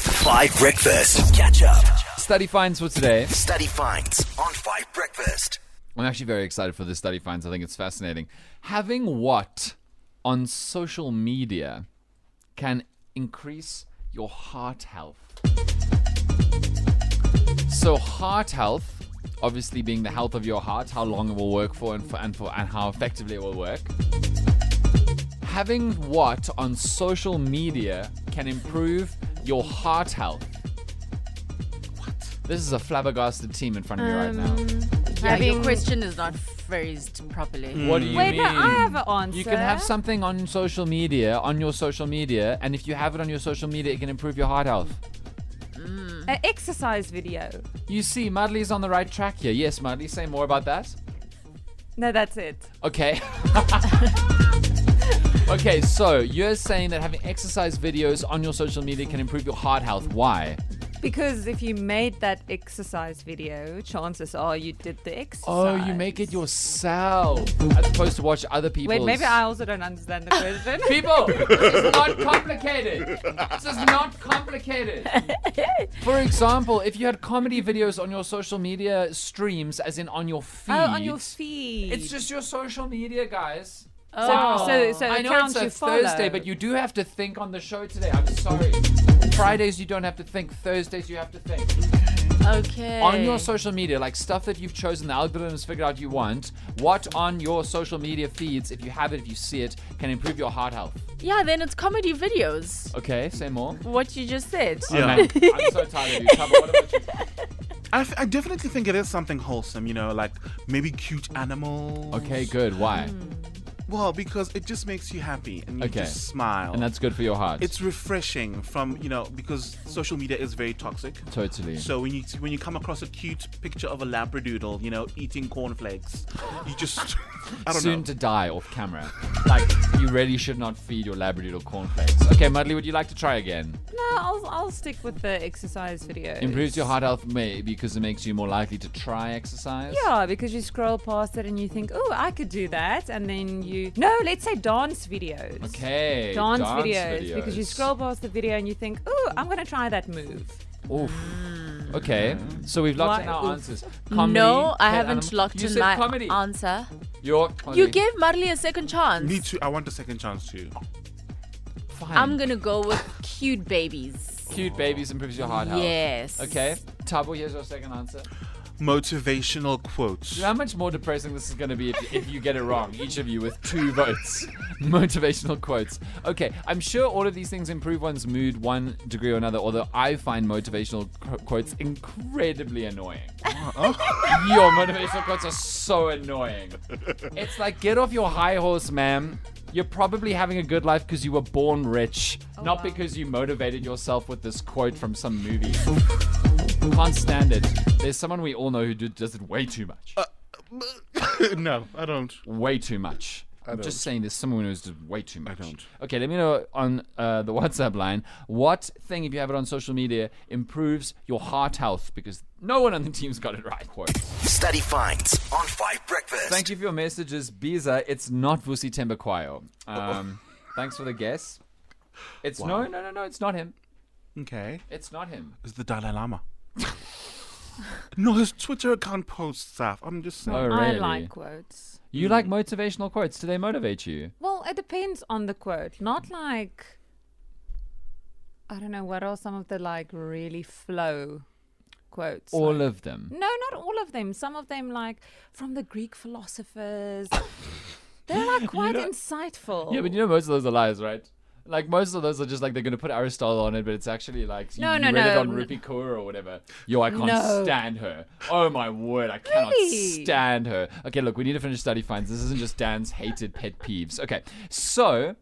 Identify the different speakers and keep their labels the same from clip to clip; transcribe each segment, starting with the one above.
Speaker 1: Five Breakfast. Catch up.
Speaker 2: Study finds for today.
Speaker 1: Study finds on Five Breakfast.
Speaker 2: I'm actually very excited for this study finds. I think it's fascinating. Having what on social media can increase your heart health. So heart health, obviously being the health of your heart, how long it will work for and for, and for and how effectively it will work. Having what on social media can improve your heart health. What? This is a flabbergasted team in front of me right now.
Speaker 3: Yeah, your question is not phrased properly.
Speaker 2: What do you
Speaker 4: Wait,
Speaker 2: mean?
Speaker 4: no, I have an answer.
Speaker 2: You can have something on social media, on your social media, and if you have it on your social media, it can improve your heart health.
Speaker 4: an exercise video.
Speaker 2: You see, Madly's on the right track here. Yes, Madly, say more about that.
Speaker 4: No, that's it.
Speaker 2: Okay. okay, so you're saying that having exercise videos on your social media can improve your heart health. Why?
Speaker 4: Because if you made that exercise video, chances are you did the exercise.
Speaker 2: Oh, you make it yourself as opposed to watch other people's.
Speaker 4: Wait, maybe I also don't understand the question.
Speaker 2: People, this is not complicated. This is not complicated. For example, if you had comedy videos on your social media streams, as in on your feed.
Speaker 4: oh, on your feed.
Speaker 2: It's just your social media, guys.
Speaker 4: Oh. So- so
Speaker 2: I know
Speaker 4: accounts
Speaker 2: it's a
Speaker 4: you follow.
Speaker 2: Thursday, but you do have to think on the show today. I'm sorry. Fridays you don't have to think. Thursdays you have to think.
Speaker 3: Okay.
Speaker 2: On your social media, like stuff that you've chosen, the algorithms figured out you want. What on your social media feeds, if you have it, if you see it, can improve your heart health?
Speaker 3: yeah, then it's comedy videos.
Speaker 2: Okay, say more.
Speaker 3: What you just said.
Speaker 2: Oh, man, I'm so tired of you. Tabo, what about you?
Speaker 5: I, f- I definitely think it is something wholesome, you know, like maybe cute animals.
Speaker 2: Okay, good. Why?
Speaker 5: Well, because it just makes you happy and you
Speaker 2: Okay.
Speaker 5: just smile.
Speaker 2: And that's good for your heart.
Speaker 5: it's refreshing from you know because social media is very toxic.
Speaker 2: totally.
Speaker 5: So when you when you come across a cute picture of a labradoodle, you know, eating cornflakes, you just I don't
Speaker 2: Soon
Speaker 5: know.
Speaker 2: to die off camera. Like, you really should not feed your Labradoodle cornflakes. Okay, Mudley, would you like to try again?
Speaker 4: no, I'll, I'll stick with the exercise video.
Speaker 2: Improves your heart health, maybe, because it makes you more likely to try exercise.
Speaker 4: Yeah, because you scroll past it and you think, oh, I could do that. And then you. No, let's say dance videos.
Speaker 2: Okay.
Speaker 4: Dance, videos,
Speaker 2: videos,
Speaker 4: Because you scroll past the video and you think, oh, I'm going to try that move.
Speaker 2: Oof. Okay, so we've locked in
Speaker 4: Why-
Speaker 2: our
Speaker 4: oof.
Speaker 2: answers. Comedy,
Speaker 3: no, I
Speaker 2: pet
Speaker 3: haven't
Speaker 2: animal-
Speaker 3: locked
Speaker 2: you
Speaker 3: in
Speaker 2: said
Speaker 3: my
Speaker 2: comedy.
Speaker 3: answer.
Speaker 2: Your
Speaker 3: You
Speaker 2: comedy.
Speaker 3: gave Marley a second chance.
Speaker 5: Me too. I want a second chance too.
Speaker 2: Fine.
Speaker 3: I'm gonna go with cute babies.
Speaker 2: Cute babies improves your heart health.
Speaker 3: Yes.
Speaker 2: Okay, Tabo, here's your second answer.
Speaker 5: Motivational quotes.
Speaker 2: You know how much more depressing this is going to be if, if you get it wrong, each of you with two votes. Motivational quotes. Okay, I'm sure all of these things improve one's mood one degree or another, although I find motivational qu- quotes incredibly annoying. Your motivational quotes are so annoying. It's like, get off your high horse, ma'am. You're probably having a good life because you were born rich, not because you motivated yourself with this quote from some movie. Can't stand it. There's someone we all know who do, does it way too much
Speaker 5: no, I don't.
Speaker 2: way too much. I'm
Speaker 5: don't.
Speaker 2: just saying there's someone who's just way too much.
Speaker 5: don't.
Speaker 2: Okay, let me know on uh, the WhatsApp line what thing, if you have it on social media, improves your heart health because no one on the team's got it right.
Speaker 1: Study finds on Five Breakfast.
Speaker 2: Thank you for your messages, Biza. It's not Vusi Tembakwayo. Um, thanks for the guess. It's no, no, no, no. It's not him.
Speaker 5: Okay.
Speaker 2: It's not him.
Speaker 5: It's the Dalai Lama. no, his Twitter account posts stuff. I'm just saying.
Speaker 2: Oh, really?
Speaker 4: I like quotes.
Speaker 2: you like motivational quotes. Do they motivate you?
Speaker 4: Well, it depends on the quote. Not like I don't know what are some of the like really flow quotes.
Speaker 2: All
Speaker 4: like-
Speaker 2: of them.
Speaker 4: no, not all of them. Some of them like from the Greek philosophers. They're like quite insightful.
Speaker 2: Yeah, but you know most of those are lies, right? Like most of those are just like they're gonna put Aristotle on it, but it's actually like you,
Speaker 4: No,
Speaker 2: you
Speaker 4: no,
Speaker 2: read it
Speaker 4: no.
Speaker 2: on Rupi Kaur or whatever. Yo, I can't
Speaker 4: No.
Speaker 2: stand her. Oh my word, I cannot
Speaker 4: Really?
Speaker 2: stand her. Okay, look, we need to finish study finds. This isn't just Dan's hated pet peeves. Okay, so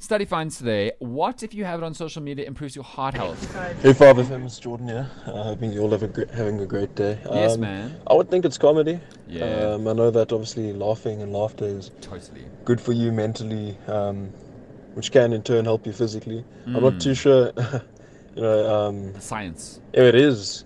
Speaker 2: study finds today. What if you have it on social media improves your heart health?
Speaker 6: Hey, Father Famous Jordan here. Uh, hoping you all have a gr- having a great day.
Speaker 2: Yes,
Speaker 6: Um,
Speaker 2: man.
Speaker 6: I would think it's comedy.
Speaker 2: Yeah.
Speaker 6: Um, I know that obviously laughing and laughter is
Speaker 2: Totally.
Speaker 6: good for you mentally, um, which can in turn help you physically. I'm not
Speaker 2: Hmm.
Speaker 6: too sure, you know, um,
Speaker 2: Science.
Speaker 6: if it is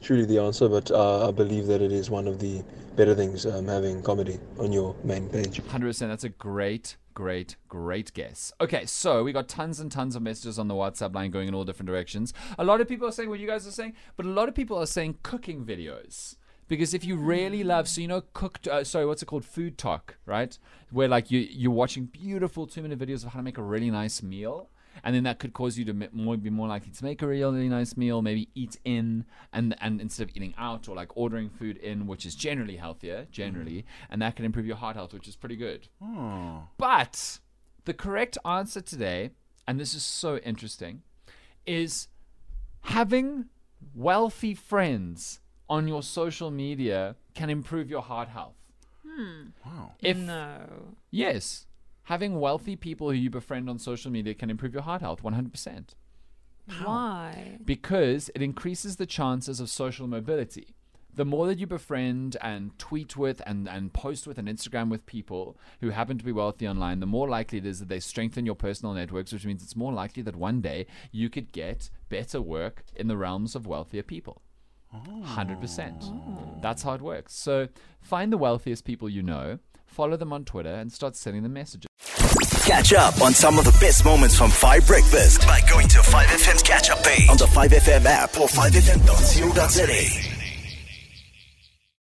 Speaker 6: truly the answer, but uh, I believe that it is one of the better things um, having comedy on your main page.
Speaker 2: Hundred percent. That's a great great, great guess. Okay, so we got tons and tons of messages on the WhatsApp line going in all different directions. A lot of people are saying what you guys are saying, but a lot of people are saying cooking videos. Because if you really love, so you know, cooked, uh, sorry, what's it called? Food talk, right? Where like you, you're watching beautiful two minute videos of how to make a really nice meal. And then that could cause you to m- more, be more likely to make a really nice meal, maybe eat in and, and instead of eating out or like ordering food in, which is generally healthier, generally. And that can improve your heart health, which is pretty good. But the correct answer today, and this is so interesting, is having wealthy friends on your social media can improve your heart health. Wow. If
Speaker 4: No.
Speaker 2: yes, having wealthy people who you befriend on social media can improve your heart health 100%
Speaker 4: Why?
Speaker 2: because it increases the chances of social mobility. The more that you befriend and tweet with and, and post with and Instagram with people who happen to be wealthy online, the more likely it is that they strengthen your personal networks, which means it's more likely that one day you could get better work in the realms of wealthier people. 100%. That's how it works. So find the wealthiest people you know, follow them on Twitter, and start sending them messages.
Speaker 1: Catch up on some of the best moments from 5 Breakfast by going to 5FM's catch up page on the 5FM app or 5FM.co.za.